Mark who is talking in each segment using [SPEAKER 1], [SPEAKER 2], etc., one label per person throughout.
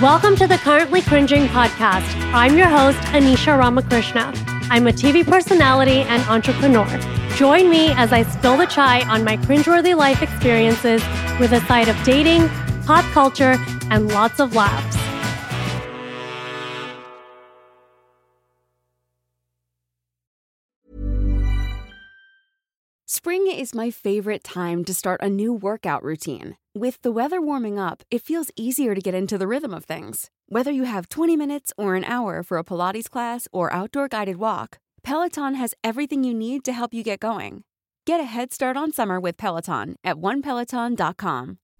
[SPEAKER 1] Welcome to the Currently Cringing podcast. I'm your host, Anisha Ramakrishna. I'm a TV personality and entrepreneur. Join me as I spill the chai on my cringeworthy life experiences with a side of dating, pop culture, and lots of laughs.
[SPEAKER 2] Spring is my favorite time to start a new workout routine. With the weather warming up, it feels easier to get into the rhythm of things. Whether you have 20 minutes or an hour for a Pilates class or outdoor guided walk, Peloton has everything you need to help you get going. Get a head start on summer with Peloton at onepeloton.com.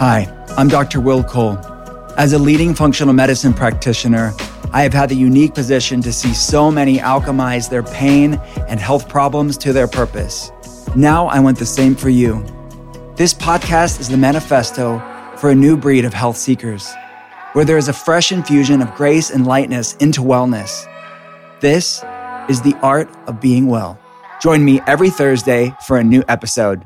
[SPEAKER 3] Hi, I'm Dr. Will Cole. As a leading functional medicine practitioner, I have had the unique position to see so many alchemize their pain and health problems to their purpose. Now I want the same for you. This podcast is the manifesto for a new breed of health seekers, where there is a fresh infusion of grace and lightness into wellness. This is the art of being well. Join me every Thursday for a new episode.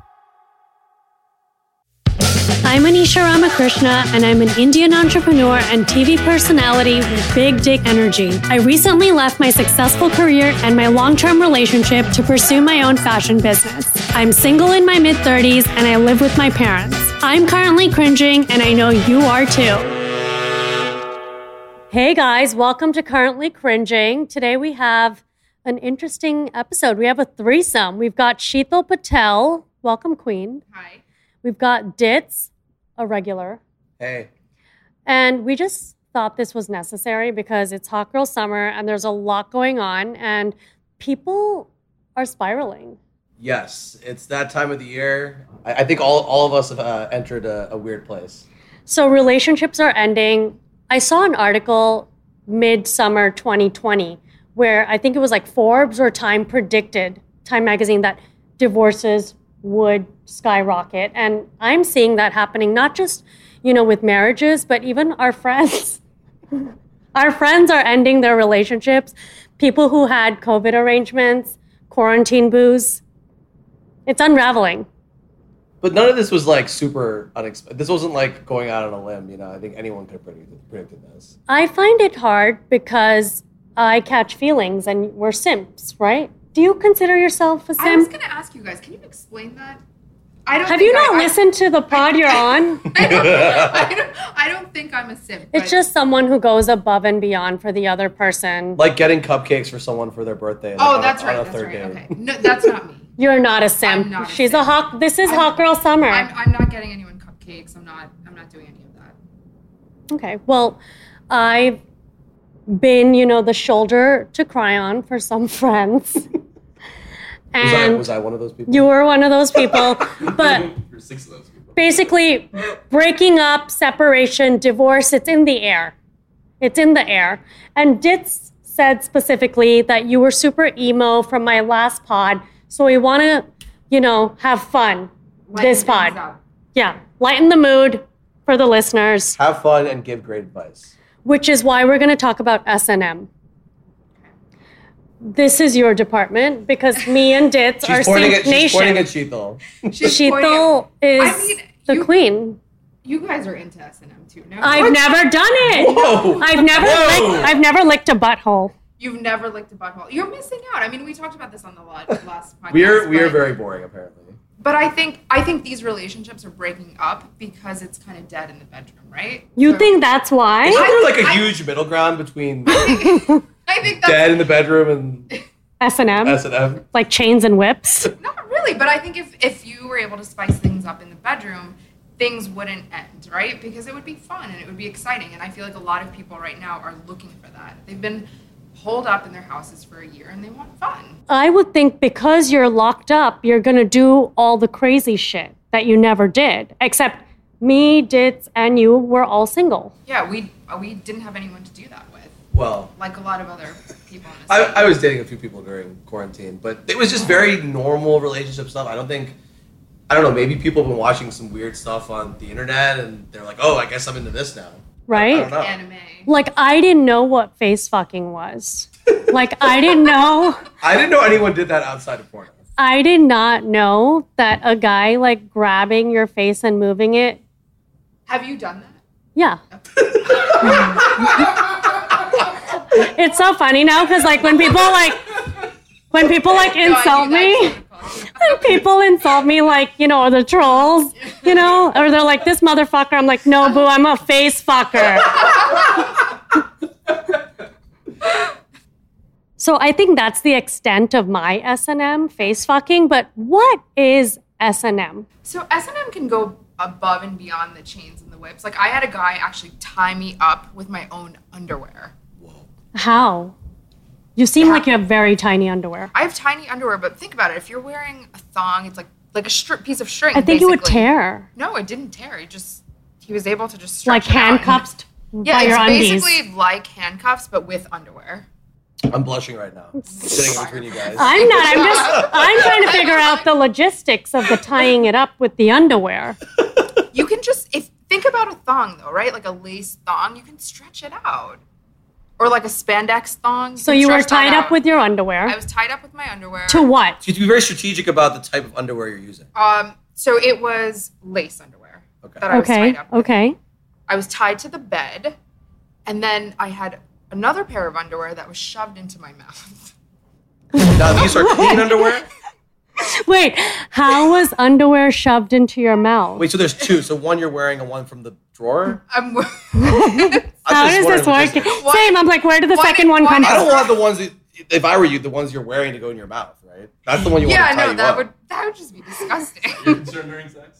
[SPEAKER 1] I'm Anisha Ramakrishna, and I'm an Indian entrepreneur and TV personality with big dick energy. I recently left my successful career and my long term relationship to pursue my own fashion business. I'm single in my mid 30s, and I live with my parents. I'm currently cringing, and I know you are too. Hey guys, welcome to Currently Cringing. Today we have an interesting episode. We have a threesome. We've got Sheetal Patel. Welcome, Queen. We've got Ditz, a regular.
[SPEAKER 4] Hey.
[SPEAKER 1] And we just thought this was necessary because it's Hot Girl Summer and there's a lot going on and people are spiraling.
[SPEAKER 5] Yes, it's that time of the year. I, I think all, all of us have uh, entered a, a weird place.
[SPEAKER 1] So relationships are ending. I saw an article midsummer 2020 where I think it was like Forbes or Time predicted, Time magazine, that divorces would skyrocket. And I'm seeing that happening not just, you know, with marriages, but even our friends. our friends are ending their relationships. People who had COVID arrangements, quarantine booze. It's unraveling.
[SPEAKER 5] But none of this was like super unexpected. This wasn't like going out on a limb, you know. I think anyone could have predicted, predicted this.
[SPEAKER 1] I find it hard because I catch feelings and we're simps, right? Do you consider yourself a
[SPEAKER 6] I was
[SPEAKER 1] simp?
[SPEAKER 6] going to ask you guys. Can you explain that? I don't.
[SPEAKER 1] Have
[SPEAKER 6] think
[SPEAKER 1] you not
[SPEAKER 6] I- I-
[SPEAKER 1] listened to the pod you're on?
[SPEAKER 6] I don't, I, don't, I don't think I'm a simp.
[SPEAKER 1] It's
[SPEAKER 6] but-
[SPEAKER 1] just someone who goes above and beyond for the other person.
[SPEAKER 5] Like getting cupcakes for someone for their birthday. like,
[SPEAKER 6] Oh,
[SPEAKER 5] on a-
[SPEAKER 6] that's
[SPEAKER 5] on
[SPEAKER 6] right.
[SPEAKER 5] a
[SPEAKER 6] That's
[SPEAKER 5] third
[SPEAKER 6] right.
[SPEAKER 5] date.
[SPEAKER 6] Okay. No, that's not me.
[SPEAKER 1] You're not a simp.
[SPEAKER 6] I'm not a
[SPEAKER 1] She's
[SPEAKER 6] simp.
[SPEAKER 1] hot. This is
[SPEAKER 6] I'm-
[SPEAKER 1] hot girl summer.
[SPEAKER 6] I'm, I'm not getting anyone cupcakes. I'm not. I'm not doing any of that.
[SPEAKER 1] Okay. Well, I've been, you know, the shoulder to cry on for some friends.
[SPEAKER 5] Was, I,
[SPEAKER 1] and
[SPEAKER 5] was I one of those people?
[SPEAKER 1] you were one of those people, but basically breaking up, separation, divorce, it's in the air. It's in the air. And Ditz said specifically that you were super emo from my last pod, so we want to, you know, have fun
[SPEAKER 6] Lighten
[SPEAKER 1] this
[SPEAKER 6] things
[SPEAKER 1] pod.
[SPEAKER 6] up.
[SPEAKER 1] Yeah, lighten the mood for the listeners,
[SPEAKER 5] have fun and give great advice.
[SPEAKER 1] which is why we're going to talk about S&M. This is your department because me and Ditz are
[SPEAKER 5] She's pointing
[SPEAKER 1] sync
[SPEAKER 5] at she's pointing at
[SPEAKER 1] nation.
[SPEAKER 5] Sheetal.
[SPEAKER 6] She's
[SPEAKER 1] Sheetal
[SPEAKER 6] pointing-
[SPEAKER 1] is
[SPEAKER 6] I mean,
[SPEAKER 1] the
[SPEAKER 6] you-
[SPEAKER 1] queen.
[SPEAKER 6] You guys are into S and M too. No,
[SPEAKER 1] I've never done it.
[SPEAKER 5] Whoa!
[SPEAKER 1] I've never
[SPEAKER 5] Whoa.
[SPEAKER 1] licked, I've never licked a butthole.
[SPEAKER 6] you've never licked a butthole. You're missing out. I mean, we talked about this on the lot last podcast.
[SPEAKER 5] We are we are
[SPEAKER 6] but
[SPEAKER 5] very boring apparently.
[SPEAKER 6] But I think I think these relationships are breaking up because it's kind of dead in the bedroom, right?
[SPEAKER 1] You
[SPEAKER 6] So-
[SPEAKER 1] think that's why?
[SPEAKER 5] Isn't there like a
[SPEAKER 6] I-
[SPEAKER 5] huge middle ground between
[SPEAKER 6] I think that's
[SPEAKER 5] dad in the bedroom and
[SPEAKER 1] S and M,
[SPEAKER 5] S and M?
[SPEAKER 1] like chains and whips.
[SPEAKER 6] Not really, but I think if if you were able to spice things up in the bedroom, things wouldn't end, right? Because it would be fun and it would be exciting, and I feel like a lot of people right now are looking for that. They've been holed up in their houses for a year and they want fun.
[SPEAKER 1] I would think because you're locked up, you're going to do all the crazy shit that you never did. Except me, Ditz, and you were all single.
[SPEAKER 6] Yeah, we uh, we didn't have anyone to do that with,
[SPEAKER 5] Well,
[SPEAKER 6] like a lot of other people in this.
[SPEAKER 5] I, I was dating a few people during quarantine, but it was just very normal relationship stuff. I don't think, I don't know, maybe people have been watching some weird stuff on the internet and they're like, oh, I guess I'm into this now. I don't
[SPEAKER 1] Right?
[SPEAKER 5] know.
[SPEAKER 6] anime.
[SPEAKER 1] Like, I didn't know what face fucking was. Like, I didn't know.
[SPEAKER 5] I didn't know anyone did that outside of porn.
[SPEAKER 1] I did not know that a guy like grabbing your face and moving it.
[SPEAKER 6] Have you done that?
[SPEAKER 1] Yeah. it's so funny now because like when people like when people like
[SPEAKER 6] No, I
[SPEAKER 1] insult
[SPEAKER 6] do that
[SPEAKER 1] me.
[SPEAKER 6] too, Nicole.
[SPEAKER 1] people insult me like you know the trolls you know or they're like this motherfucker i'm like no boo i'm a face fucker so i think that's the extent of my s&m face fucking but what is s&m
[SPEAKER 6] So S and M can go above and beyond the chains and the whips. Like I had a guy actually tie me up with my own underwear.
[SPEAKER 1] how you seem like you have very tiny underwear
[SPEAKER 6] I have tiny underwear, but think about it. If you're wearing a thong, it's like like a strip piece of string.
[SPEAKER 1] i think you would
[SPEAKER 6] basically.
[SPEAKER 1] tear
[SPEAKER 6] No, it didn't tear. It just he was able to just
[SPEAKER 1] like
[SPEAKER 6] stretch it out.
[SPEAKER 1] handcuffs
[SPEAKER 6] Yeah,
[SPEAKER 1] by
[SPEAKER 6] it's
[SPEAKER 1] your undies
[SPEAKER 6] basically like handcuffs but with underwear.
[SPEAKER 5] I'm blushing right now. Sitting in between you guys.
[SPEAKER 1] I'm not. I'm just. I'm trying to figure out the logistics of the tying it up with the underwear.
[SPEAKER 6] You can just if think about a thong though, right? Like a lace thong, you can stretch it out, or like a spandex thong.
[SPEAKER 1] So
[SPEAKER 6] can
[SPEAKER 1] you were
[SPEAKER 6] stretch that
[SPEAKER 1] tied up
[SPEAKER 6] out.
[SPEAKER 1] with your underwear.
[SPEAKER 6] I was tied up with my underwear.
[SPEAKER 1] to what?
[SPEAKER 5] You have to be very strategic about the type of underwear you're using.
[SPEAKER 6] Um, so it was lace underwear
[SPEAKER 5] Okay.
[SPEAKER 6] that I was
[SPEAKER 1] Okay.
[SPEAKER 6] tied up. with.
[SPEAKER 1] Okay.
[SPEAKER 6] I was tied to the bed, and then I had another pair of underwear that was shoved into my mouth.
[SPEAKER 5] Now, these are clean underwear.
[SPEAKER 1] Wait. How was underwear shoved into your mouth?
[SPEAKER 5] Wait, so there's two. So one you're wearing and one from the drawer?
[SPEAKER 6] I'm, one,
[SPEAKER 1] How does this work?
[SPEAKER 6] One-
[SPEAKER 1] Same. I'm like, where did the
[SPEAKER 6] one-
[SPEAKER 1] second one
[SPEAKER 6] one
[SPEAKER 1] come
[SPEAKER 6] is-
[SPEAKER 5] I don't
[SPEAKER 1] from?
[SPEAKER 5] want the ones that, if I were you, the ones you're wearing to go in your mouth, right? That's the one you
[SPEAKER 6] yeah,
[SPEAKER 5] want to tie
[SPEAKER 6] no,
[SPEAKER 5] you
[SPEAKER 6] that
[SPEAKER 5] up.
[SPEAKER 6] would that would just be disgusting.
[SPEAKER 5] concerned during sex?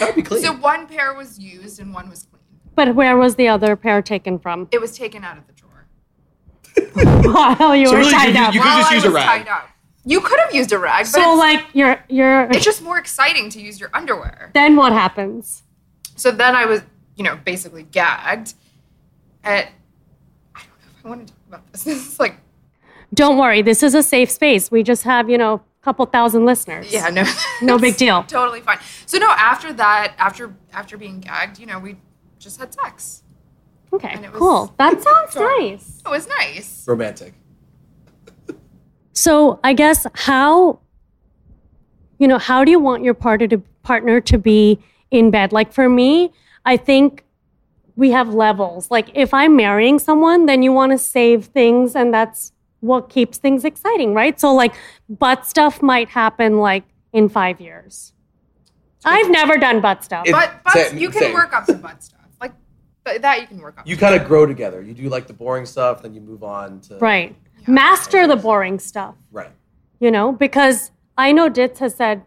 [SPEAKER 5] Gotta be clean.
[SPEAKER 6] so one pair was used and one was clean.
[SPEAKER 1] But where was the other pair taken from?
[SPEAKER 6] It was taken out of the drawer.
[SPEAKER 1] While you
[SPEAKER 5] So
[SPEAKER 1] were
[SPEAKER 5] really,
[SPEAKER 1] tied
[SPEAKER 5] you-
[SPEAKER 1] up.
[SPEAKER 5] you- could
[SPEAKER 6] While
[SPEAKER 5] just
[SPEAKER 6] I
[SPEAKER 5] use a
[SPEAKER 6] was
[SPEAKER 5] rag.
[SPEAKER 6] Tied up. You could have used a rag, but
[SPEAKER 1] so
[SPEAKER 6] it's,
[SPEAKER 1] like, you're you're.
[SPEAKER 6] it's just more exciting to use your underwear.
[SPEAKER 1] then what happens?
[SPEAKER 6] So then I was, you know, basically gagged. At I don't know if I want to talk about this. This is like
[SPEAKER 1] Don't worry. This is a safe space. We just have you know a couple thousand listeners.
[SPEAKER 6] Yeah, no,
[SPEAKER 1] No big deal.
[SPEAKER 6] totally fine. So no, after that, after after being gagged, you know, we just had sex.
[SPEAKER 1] Okay.
[SPEAKER 6] And it was-
[SPEAKER 1] Cool. That sounds nice.
[SPEAKER 6] It was nice.
[SPEAKER 5] Romantic.
[SPEAKER 1] So I guess how you know how do you want your partner to partner to be in bed? Like for me, I think we have levels. Like if I'm marrying someone, then you want to save things, and that's what keeps things exciting, right? So like, butt stuff might happen like in five years. I've never done butt stuff.
[SPEAKER 5] It-
[SPEAKER 6] But but
[SPEAKER 5] Same,
[SPEAKER 6] you can
[SPEAKER 5] same.
[SPEAKER 6] work up the butt stuff. Like th- that you can work up.
[SPEAKER 5] You kind of grow together. You do like the boring stuff, then you move on to
[SPEAKER 1] right. Master the boring stuff.
[SPEAKER 5] Right.
[SPEAKER 1] you know because i know ditz has said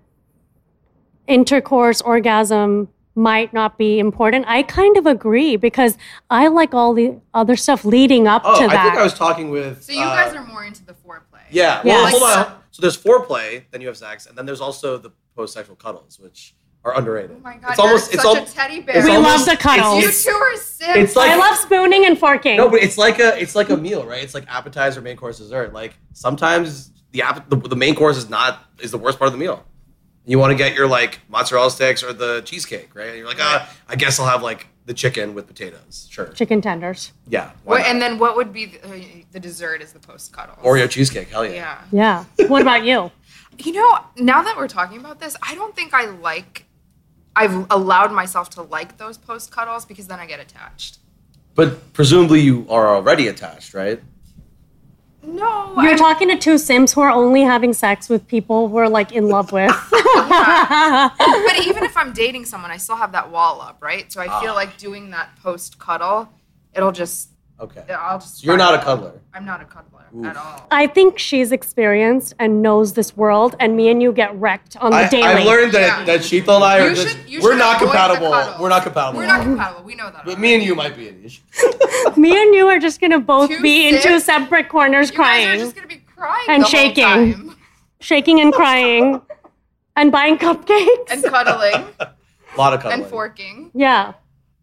[SPEAKER 1] intercourse orgasm might not be important i kind of agree because i like all the other stuff leading up
[SPEAKER 5] Oh,
[SPEAKER 1] to
[SPEAKER 5] I
[SPEAKER 1] that
[SPEAKER 5] think I was talking with.
[SPEAKER 6] so you guys
[SPEAKER 5] uh,
[SPEAKER 6] are more into the foreplay.
[SPEAKER 5] Yeah. Well,
[SPEAKER 1] Yes.
[SPEAKER 5] hold on. So there's foreplay, then you have sex, and then there's also the post-sexual cuddles, which are underrated.
[SPEAKER 6] Oh my god,
[SPEAKER 5] It's almost.
[SPEAKER 6] you're
[SPEAKER 5] It's
[SPEAKER 6] such
[SPEAKER 5] al-
[SPEAKER 6] a teddy bear.
[SPEAKER 5] it's
[SPEAKER 1] We
[SPEAKER 5] almost-
[SPEAKER 1] love the
[SPEAKER 5] it's-
[SPEAKER 1] cuddles.
[SPEAKER 6] you
[SPEAKER 5] It's,
[SPEAKER 6] two are sick.
[SPEAKER 5] it's like
[SPEAKER 1] I love spooning and forking
[SPEAKER 5] no, but it's like a it's like a meal, right? It's like appetizer, main course, dessert. Like sometimes the app the, the main course is not is the worst part of the meal. You want to get your like mozzarella sticks or the cheesecake, right? And you're like, ah, I guess I'll have like the chicken with potatoes. Sure.
[SPEAKER 1] chicken tenders
[SPEAKER 5] Yeah. why
[SPEAKER 6] What,
[SPEAKER 5] not?
[SPEAKER 6] and then what would be the, uh, the dessert is the post cuddle.
[SPEAKER 5] Oreo cheesecake. Hell yeah.
[SPEAKER 6] Yeah.
[SPEAKER 1] yeah what about you
[SPEAKER 6] You know, now that we're talking about this, I don't think I like. I've allowed myself to like those post cuddles because then I get attached.
[SPEAKER 5] But presumably you are already attached, right?
[SPEAKER 6] No,
[SPEAKER 1] You're
[SPEAKER 6] I-
[SPEAKER 1] talking to two Sims who are only having sex with people we're like in love with.
[SPEAKER 6] but even if I'm dating someone, I still have that wall up, right? So I
[SPEAKER 5] Ah.
[SPEAKER 6] feel like doing that post cuddle, it'll just,
[SPEAKER 5] Okay.
[SPEAKER 6] I'll just.
[SPEAKER 5] So you're not a cuddler.
[SPEAKER 6] I'm not a cuddler at all.
[SPEAKER 1] I think she's experienced and knows this world, and me and you get wrecked on the
[SPEAKER 5] I,
[SPEAKER 1] daily.
[SPEAKER 5] I've learned that,
[SPEAKER 6] Yeah.
[SPEAKER 5] that Sheetal and I are
[SPEAKER 6] You
[SPEAKER 5] just,
[SPEAKER 6] should- you
[SPEAKER 5] we're
[SPEAKER 6] should
[SPEAKER 5] not
[SPEAKER 6] avoid the
[SPEAKER 5] compatible.
[SPEAKER 6] cuddles.
[SPEAKER 5] We're not compatible.
[SPEAKER 6] We're not compatible. We know that.
[SPEAKER 5] But
[SPEAKER 6] already.
[SPEAKER 5] me and you might be an issue.
[SPEAKER 1] me and you are just gonna both
[SPEAKER 6] Two
[SPEAKER 1] be in two
[SPEAKER 6] Sims?
[SPEAKER 1] separate corners
[SPEAKER 6] you
[SPEAKER 1] crying,
[SPEAKER 6] guys are just gonna be crying
[SPEAKER 1] And
[SPEAKER 6] the whole
[SPEAKER 1] shaking.
[SPEAKER 6] time.
[SPEAKER 1] shaking and crying, and buying cupcakes.
[SPEAKER 6] and cuddling
[SPEAKER 5] A lot of cuddling.
[SPEAKER 6] and forking.
[SPEAKER 1] yeah,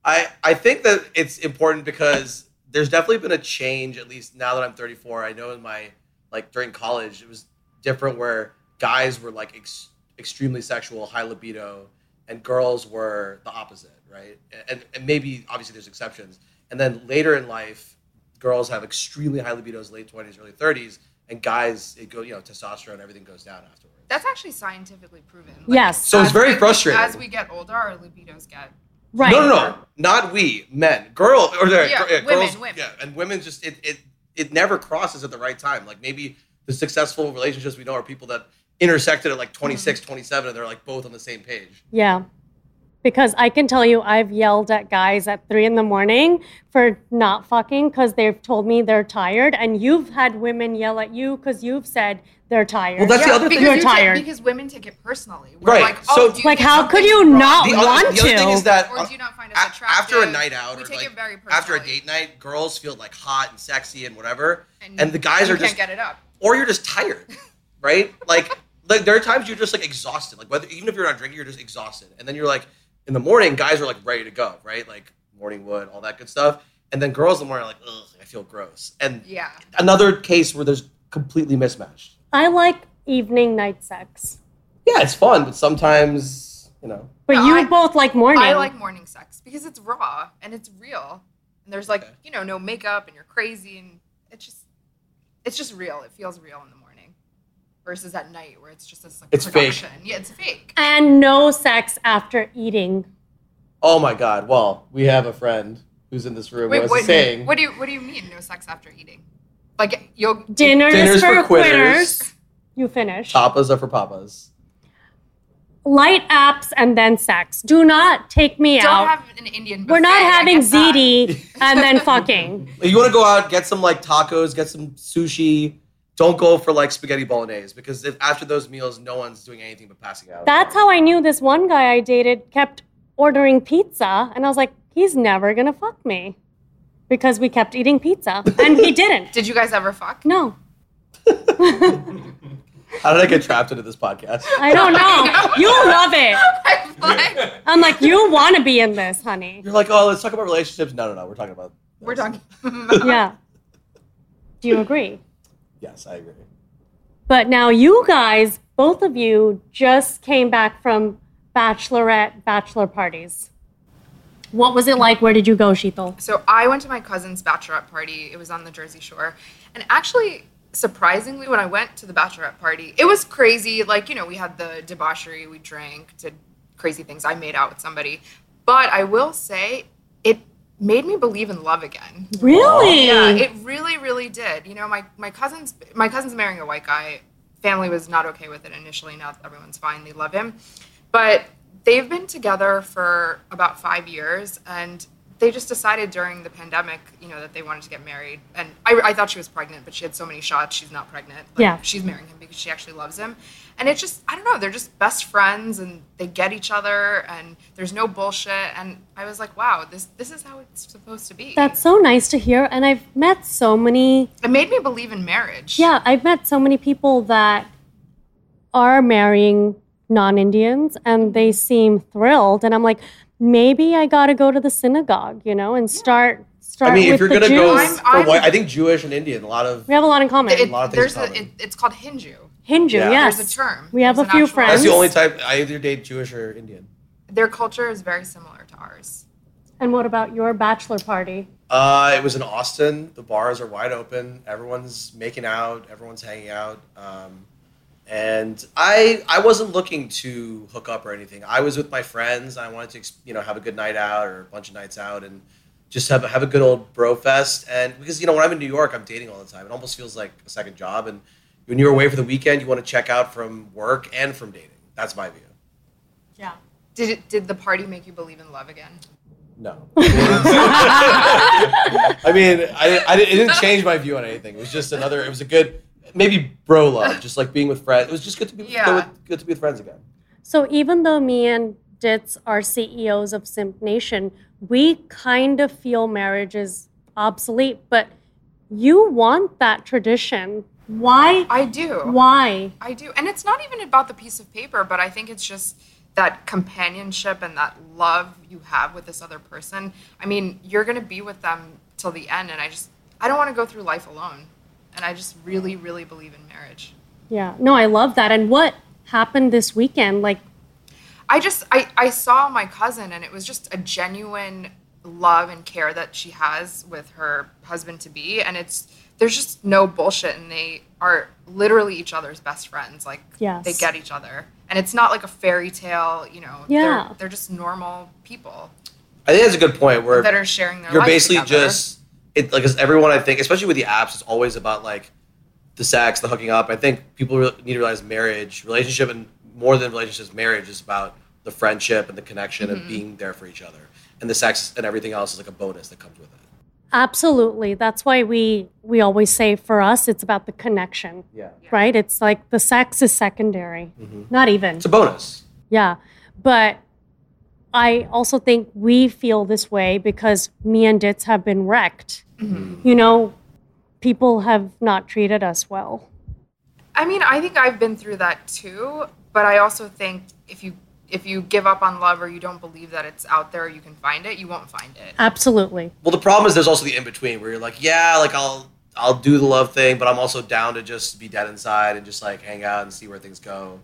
[SPEAKER 5] I, I think that it's important because there's definitely been a change, at least now that I'm 34. I know in my, like during college, it was different where guys were like ex- extremely sexual, high libido, and girls were the opposite, right? And, and maybe, obviously, there's exceptions. And then later in life, girls have extremely high libidos, late 20s, early 30s, and guys, it go, you know, testosterone, everything goes down afterwards.
[SPEAKER 6] That's actually scientifically proven. Like,
[SPEAKER 1] Yes.
[SPEAKER 5] So it's
[SPEAKER 6] as
[SPEAKER 5] very
[SPEAKER 6] we-
[SPEAKER 5] frustrating.
[SPEAKER 6] As we get older, our libidos get.
[SPEAKER 1] right.
[SPEAKER 5] No, no, no, not we, men, girl, or the,
[SPEAKER 6] Yeah,
[SPEAKER 5] gr- yeah,
[SPEAKER 6] women,
[SPEAKER 5] girls,
[SPEAKER 6] women.
[SPEAKER 5] yeah, and women just it, it it never crosses at the right time. Like maybe the successful relationships we know are people that intersected at like
[SPEAKER 6] Mm-hmm.
[SPEAKER 5] 26, 27, and they're like both on the same page.
[SPEAKER 1] Yeah. Because I can tell you, I've yelled at guys at three in the morning for not fucking because they've told me they're tired. And you've had women yell at you because you've said they're tired.
[SPEAKER 5] Well, that's the other thing.
[SPEAKER 6] because
[SPEAKER 1] You're
[SPEAKER 6] you
[SPEAKER 1] tired.
[SPEAKER 6] Take, because women take it personally. We're
[SPEAKER 5] Right.
[SPEAKER 6] Like, oh,
[SPEAKER 5] So-
[SPEAKER 6] do you
[SPEAKER 1] Like,
[SPEAKER 6] think
[SPEAKER 1] how could
[SPEAKER 6] something's
[SPEAKER 1] you
[SPEAKER 6] wrong?
[SPEAKER 1] not
[SPEAKER 5] The
[SPEAKER 1] want
[SPEAKER 5] other, the other thing
[SPEAKER 1] to.
[SPEAKER 5] is that
[SPEAKER 6] Oh, Or do you not find us
[SPEAKER 5] a-
[SPEAKER 6] attractive?
[SPEAKER 5] after a night out,
[SPEAKER 6] We
[SPEAKER 5] or
[SPEAKER 6] take
[SPEAKER 5] like,
[SPEAKER 6] it very
[SPEAKER 5] after a
[SPEAKER 6] personally.
[SPEAKER 5] date night, girls feel like hot and sexy and whatever, and, the guys
[SPEAKER 6] you
[SPEAKER 5] are just
[SPEAKER 6] can't get it up.
[SPEAKER 5] or you're just tired, right? Like, like there are times you're just like exhausted. Like whether even if you're not drinking, you're just exhausted. And then you're like in the morning, guys are like ready to go, right? Like morning wood, all that good stuff. And then girls in the morning are like, ugh, I feel gross. And
[SPEAKER 6] Yeah.
[SPEAKER 5] another case where there's completely mismatched.
[SPEAKER 1] I like evening night sex.
[SPEAKER 5] Yeah, it's fun, but sometimes you know.
[SPEAKER 1] But
[SPEAKER 6] No,
[SPEAKER 1] you
[SPEAKER 6] I-
[SPEAKER 1] both like morning.
[SPEAKER 6] I like morning sex because it's raw and it's real, and there's like you know no makeup and you're crazy and it's just it's just real. It feels real in the morning versus at night where it's just this like
[SPEAKER 5] It's fake.
[SPEAKER 6] production. Yeah, it's fake.
[SPEAKER 1] and no sex after eating.
[SPEAKER 5] Oh my God! Well, we have a friend who's in this room. who
[SPEAKER 6] Wait,
[SPEAKER 5] has
[SPEAKER 6] what,
[SPEAKER 5] a saying
[SPEAKER 6] what do you what do you mean no sex after eating? Like you'll
[SPEAKER 1] Dinners,
[SPEAKER 5] dinners
[SPEAKER 1] for,
[SPEAKER 5] for
[SPEAKER 1] quitters.
[SPEAKER 5] quitters,
[SPEAKER 1] You finish.
[SPEAKER 5] tapas are for papas.
[SPEAKER 1] Light apps and then sex. Do not take me
[SPEAKER 6] don't
[SPEAKER 1] out.
[SPEAKER 6] have an Indian. Buffet,
[SPEAKER 1] We're not
[SPEAKER 6] I
[SPEAKER 1] having
[SPEAKER 6] get that.
[SPEAKER 1] ZD and then fucking.
[SPEAKER 5] If you want to go out, get some like tacos, get some sushi. Don't go for like spaghetti bolognese because if, after those meals, no one's doing anything but passing out.
[SPEAKER 1] That's how I knew this one guy I dated kept ordering pizza, and I was like, he's never gonna fuck me because we kept eating pizza, and he didn't.
[SPEAKER 6] Did you guys ever fuck?
[SPEAKER 1] No,
[SPEAKER 5] How did I get trapped into this podcast?
[SPEAKER 1] I don't know. You love it.
[SPEAKER 6] I'm like,
[SPEAKER 1] I'm like, you want to be in this, honey.
[SPEAKER 5] You're like, oh, let's talk about relationships. No, no, no. We're talking about.
[SPEAKER 6] we're talking.
[SPEAKER 1] Yeah. Do you agree?
[SPEAKER 5] Yes, I agree.
[SPEAKER 1] But now you guys, both of you, just came back from bachelorette bachelor parties. What was it like? Where did you go, Sheetal?
[SPEAKER 6] So I went to my cousin's bachelorette party. It was on the Jersey Shore. And actually, surprisingly, when I went to the bachelorette party, it was crazy. Like, you know, we had the debauchery, we drank, did crazy things. I made out with somebody. But I will say, it made me believe in love again.
[SPEAKER 1] Really?
[SPEAKER 6] Yeah, it really, really did. You know, my my cousin's my cousin's marrying a white guy. Family was not okay with it initially. Now everyone's fine. They love him, but they've been together for about five years, and they just decided during the pandemic, you know, that they wanted to get married. And I, I thought she was pregnant, but she had so many shots. She's not pregnant. Like,
[SPEAKER 1] Yeah.
[SPEAKER 6] she's marrying him because she actually loves him. And it's just, I don't know, they're just best friends and they get each other and there's no bullshit. And I was like, wow, this this is how it's supposed to be.
[SPEAKER 1] That's so nice to hear. And I've met so many
[SPEAKER 6] It made me believe in marriage.
[SPEAKER 1] Yeah, I've met so many people that are marrying non Indians and they seem thrilled. And I'm like, maybe I got to go to the synagogue, you know, and start start
[SPEAKER 5] I mean,
[SPEAKER 1] with
[SPEAKER 5] if you're
[SPEAKER 1] the
[SPEAKER 5] gonna go
[SPEAKER 1] Jews.
[SPEAKER 5] for
[SPEAKER 6] I'm-
[SPEAKER 5] white, I think Jewish and Indian, a lot of.
[SPEAKER 1] we have a lot in common.
[SPEAKER 6] It,
[SPEAKER 5] lot of things
[SPEAKER 6] there's
[SPEAKER 5] in
[SPEAKER 6] a, it,
[SPEAKER 5] common.
[SPEAKER 6] it's called Hindu.
[SPEAKER 1] Hindu,
[SPEAKER 5] Yeah.
[SPEAKER 1] yes.
[SPEAKER 6] There's a term.
[SPEAKER 1] We have
[SPEAKER 6] There's
[SPEAKER 1] a
[SPEAKER 6] an
[SPEAKER 1] few
[SPEAKER 6] actual-
[SPEAKER 1] friends.
[SPEAKER 5] That's the only type I either date Jewish or Indian.
[SPEAKER 6] Their culture is very similar to ours.
[SPEAKER 1] and what about your bachelor party?
[SPEAKER 5] Uh, it was in Austin. The bars are wide open. Everyone's making out. Everyone's hanging out. Um, and I I wasn't looking to hook up or anything. I was with my friends. I wanted to ex- you know have a good night out or a bunch of nights out. And just have have a good old bro fest. And because you know when I'm in New York, I'm dating all the time. It almost feels like a second job. And when you're away for the weekend, you want to check out from work and from dating. That's my view.
[SPEAKER 1] Yeah.
[SPEAKER 6] Did it? Did the party make you believe in love again?
[SPEAKER 5] No. I mean, I, I didn't- it didn't change my view on anything. It was just another. It was a good maybe bro love, just like being with friends. It was just good to be
[SPEAKER 6] Yeah.
[SPEAKER 5] good, with, good to be with friends again.
[SPEAKER 1] So even though me and Ditz are CEOs of Simp Nation, we kind of feel marriage is obsolete, but you want that tradition. Why?
[SPEAKER 6] I do.
[SPEAKER 1] Why?
[SPEAKER 6] I do. And it's not even about the piece of paper, but I think it's just that companionship and that love you have with this other person. I mean, you're going to be with them till the end. And I just, I don't want to go through life alone. And I just really, really believe in marriage.
[SPEAKER 1] Yeah. No, I love that. And what happened this weekend? Like,
[SPEAKER 6] I just I, I saw my cousin and it was just a genuine love and care that she has with her husband to be and it's there's just no bullshit and they are literally each other's best friends like
[SPEAKER 1] Yes.
[SPEAKER 6] they get each other and it's not like a fairy tale you know
[SPEAKER 1] Yeah.
[SPEAKER 6] they're, they're just normal people
[SPEAKER 5] I think that's a good point. Where
[SPEAKER 6] that are sharing their
[SPEAKER 5] you're
[SPEAKER 6] lives
[SPEAKER 5] basically
[SPEAKER 6] together.
[SPEAKER 5] just it like as everyone I think, especially with the apps, it's always about like the sex, the hooking up. I think people re- need to realize marriage, relationship, and more than relationships, marriage is about the friendship and the connection and
[SPEAKER 6] Mm-hmm.
[SPEAKER 5] being there for each other. And the sex and everything else is like a bonus that comes with it.
[SPEAKER 1] absolutely. That's why we we always say for us it's about the connection.
[SPEAKER 5] Yeah,
[SPEAKER 1] Right? It's like the sex is secondary. Not even.
[SPEAKER 5] it's a bonus.
[SPEAKER 1] Yeah. But I also think we feel this way because me and Ditz have been wrecked. You know, people have not treated us well.
[SPEAKER 6] I mean, I think I've been through that too, but I also think if you if you give up on love or you don't believe that it's out there, you can find it, you won't find it.
[SPEAKER 1] Absolutely.
[SPEAKER 5] Well, the problem is there's also the in between where you're like, yeah, like I'll I'll do the love thing, but I'm also down to just be dead inside and just like hang out and see where things go.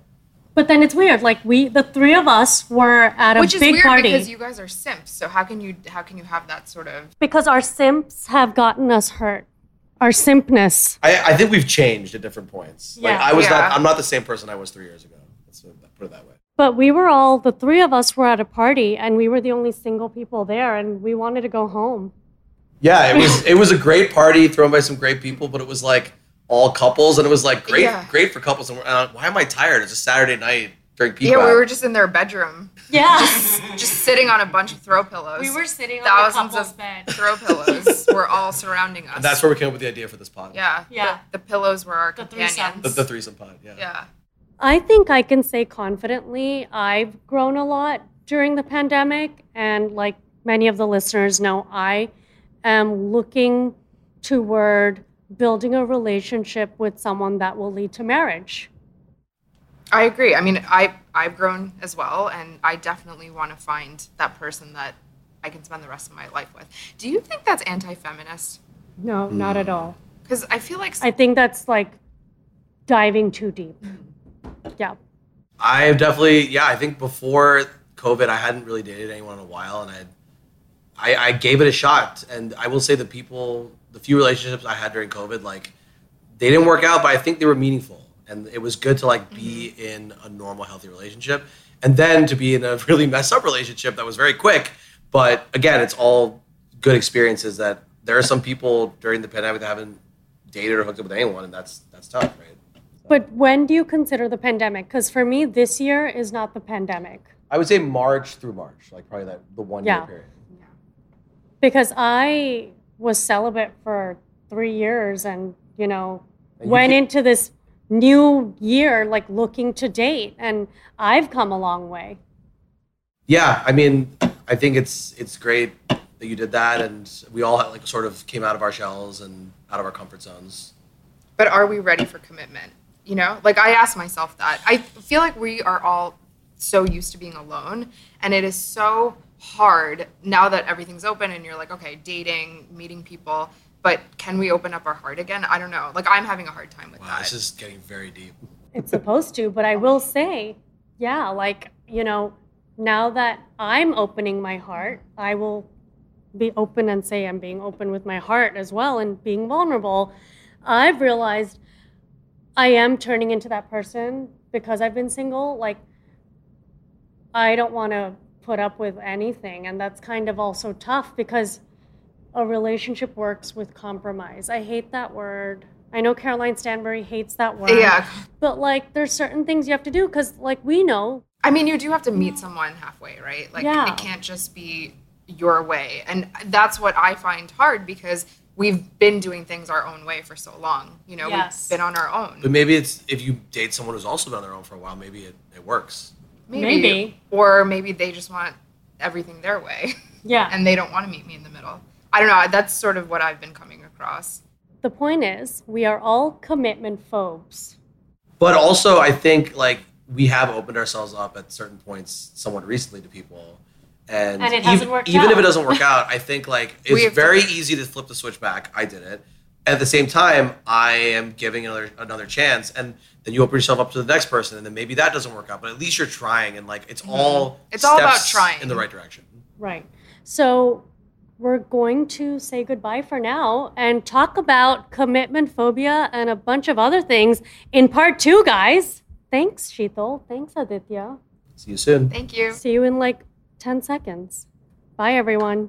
[SPEAKER 1] But then it's weird. Like we, the three of us were at a
[SPEAKER 6] Which is
[SPEAKER 1] big
[SPEAKER 6] weird
[SPEAKER 1] party
[SPEAKER 6] because you guys are simps. So how can you how can you have that sort of?
[SPEAKER 1] because our simps have gotten us hurt. Our simpness.
[SPEAKER 5] I, I think we've changed at different points. Like
[SPEAKER 1] Yeah.
[SPEAKER 5] I was
[SPEAKER 6] Yeah.
[SPEAKER 5] not I'm not the same person I was three years ago. Let's put it- put it that way.
[SPEAKER 1] But we were all, the three of us were at a party and we were the only single people there and we wanted to go home.
[SPEAKER 5] Yeah, it was it was a great party thrown by some great people, but it was like all couples, and it was like great
[SPEAKER 6] Yeah.
[SPEAKER 5] great for couples. And we're, uh, why am I tired? It's a Saturday night during peak.
[SPEAKER 6] Yeah, we
[SPEAKER 5] hour.
[SPEAKER 6] were just in their bedroom,
[SPEAKER 1] Yeah.
[SPEAKER 6] just sitting on a bunch of throw pillows.
[SPEAKER 1] sitting
[SPEAKER 6] thousands of throw pillows were all surrounding us.
[SPEAKER 5] And that's where we came up with the idea for this pod.
[SPEAKER 6] yeah,
[SPEAKER 1] Yeah.
[SPEAKER 6] The, the pillows were our
[SPEAKER 1] threesomes.
[SPEAKER 6] companions.
[SPEAKER 5] the, the threesome pod. Yeah.
[SPEAKER 6] yeah,
[SPEAKER 1] I think I can say confidently I've grown a lot during the pandemic. And like many of the listeners know, I am looking toward building a relationship with someone that will lead to marriage.
[SPEAKER 6] I agree. I mean, I I've grown as well, and I definitely want to find that person that I can spend the rest of my life with. Do you think that's anti-feminist?
[SPEAKER 1] No, not at all.
[SPEAKER 6] Because I feel like
[SPEAKER 1] I think that's like diving too deep. Yeah.
[SPEAKER 5] I have definitely yeah. I think before COVID, I hadn't really dated anyone in a while, and I I, I gave it a shot, and I will say the people, the few relationships I had during COVID, like they didn't work out, but I think they were meaningful, and it was good to like be in a normal, healthy relationship, and then to be in a really messed up relationship that was very quick. But again, it's all good experiences. That there are some people during the pandemic that haven't dated or hooked up with anyone, and that's that's tough, right?
[SPEAKER 1] But when do you consider the pandemic? Because for me, this year is not the pandemic.
[SPEAKER 5] I would say March through March, like probably that the one
[SPEAKER 1] Yeah.
[SPEAKER 5] year period.
[SPEAKER 1] because I was celibate for three years and, you know,
[SPEAKER 5] And you
[SPEAKER 1] went
[SPEAKER 5] keep-
[SPEAKER 1] into this new year like looking to date. And I've come a long way.
[SPEAKER 5] yeah i mean i think it's it's great that you did that and we all like sort of came out of our shells and out of our comfort zones
[SPEAKER 6] but are we ready for commitment? You know, like I ask myself that. I feel like we are all so used to being alone, and it is so hard now that everything's open and you're like, okay, dating, meeting people, but can we open up our heart again? I don't know. Like I'm having a hard time with
[SPEAKER 5] wow
[SPEAKER 6] that.
[SPEAKER 5] this is getting very deep
[SPEAKER 1] It's supposed to, but I will say, yeah, like, you know, now that I'm opening my heart, I will be open and say I'm being open with my heart as well and being vulnerable. I've realized I am turning into that person because I've been single. Like, I don't want to put up with anything. And that's kind of also tough because a relationship works with compromise. I hate that word. I know Caroline Stanbury hates that word.
[SPEAKER 6] Yeah.
[SPEAKER 1] But like there's certain things you have to do cuz like we know
[SPEAKER 6] I mean, you do have to meet someone halfway, right? Like,
[SPEAKER 1] Yeah.
[SPEAKER 6] it can't just be your way. And that's what I find hard because we've been doing things our own way for so long. You know,
[SPEAKER 1] Yes.
[SPEAKER 6] we've been on our
[SPEAKER 5] But
[SPEAKER 6] own.
[SPEAKER 5] maybe it's if you date someone who's also been on their own for a while, maybe it, it works.
[SPEAKER 1] Maybe.
[SPEAKER 6] Or maybe they just want everything their way
[SPEAKER 1] yeah.
[SPEAKER 6] and they don't want to meet me in the middle. I don't know. That's sort of what I've been coming across.
[SPEAKER 1] the point is we are all commitment phobes.
[SPEAKER 5] But also, I think like we have opened ourselves up at certain points, somewhat recently, to people, and,
[SPEAKER 1] And it
[SPEAKER 5] ev-
[SPEAKER 1] hasn't worked
[SPEAKER 5] even if
[SPEAKER 1] out.
[SPEAKER 5] it doesn't work out, I think like
[SPEAKER 6] We have
[SPEAKER 5] it's
[SPEAKER 6] to-
[SPEAKER 5] very easy to flip the switch back. I did it. At the same time, I am giving another another chance, and then you open yourself up to the next person, and then maybe that doesn't work out. But at least you're trying, and like it's
[SPEAKER 1] Mm-hmm.
[SPEAKER 5] all
[SPEAKER 6] It's all about
[SPEAKER 5] steps
[SPEAKER 6] trying.
[SPEAKER 5] in the right direction.
[SPEAKER 1] Right. So we're going to say goodbye for now and talk about commitment phobia and a bunch of other things in part 2, guys. Thanks, Sheetal. Thanks, Aditya.
[SPEAKER 5] See you soon.
[SPEAKER 6] Thank you.
[SPEAKER 1] See you in like 10 seconds. Bye, everyone.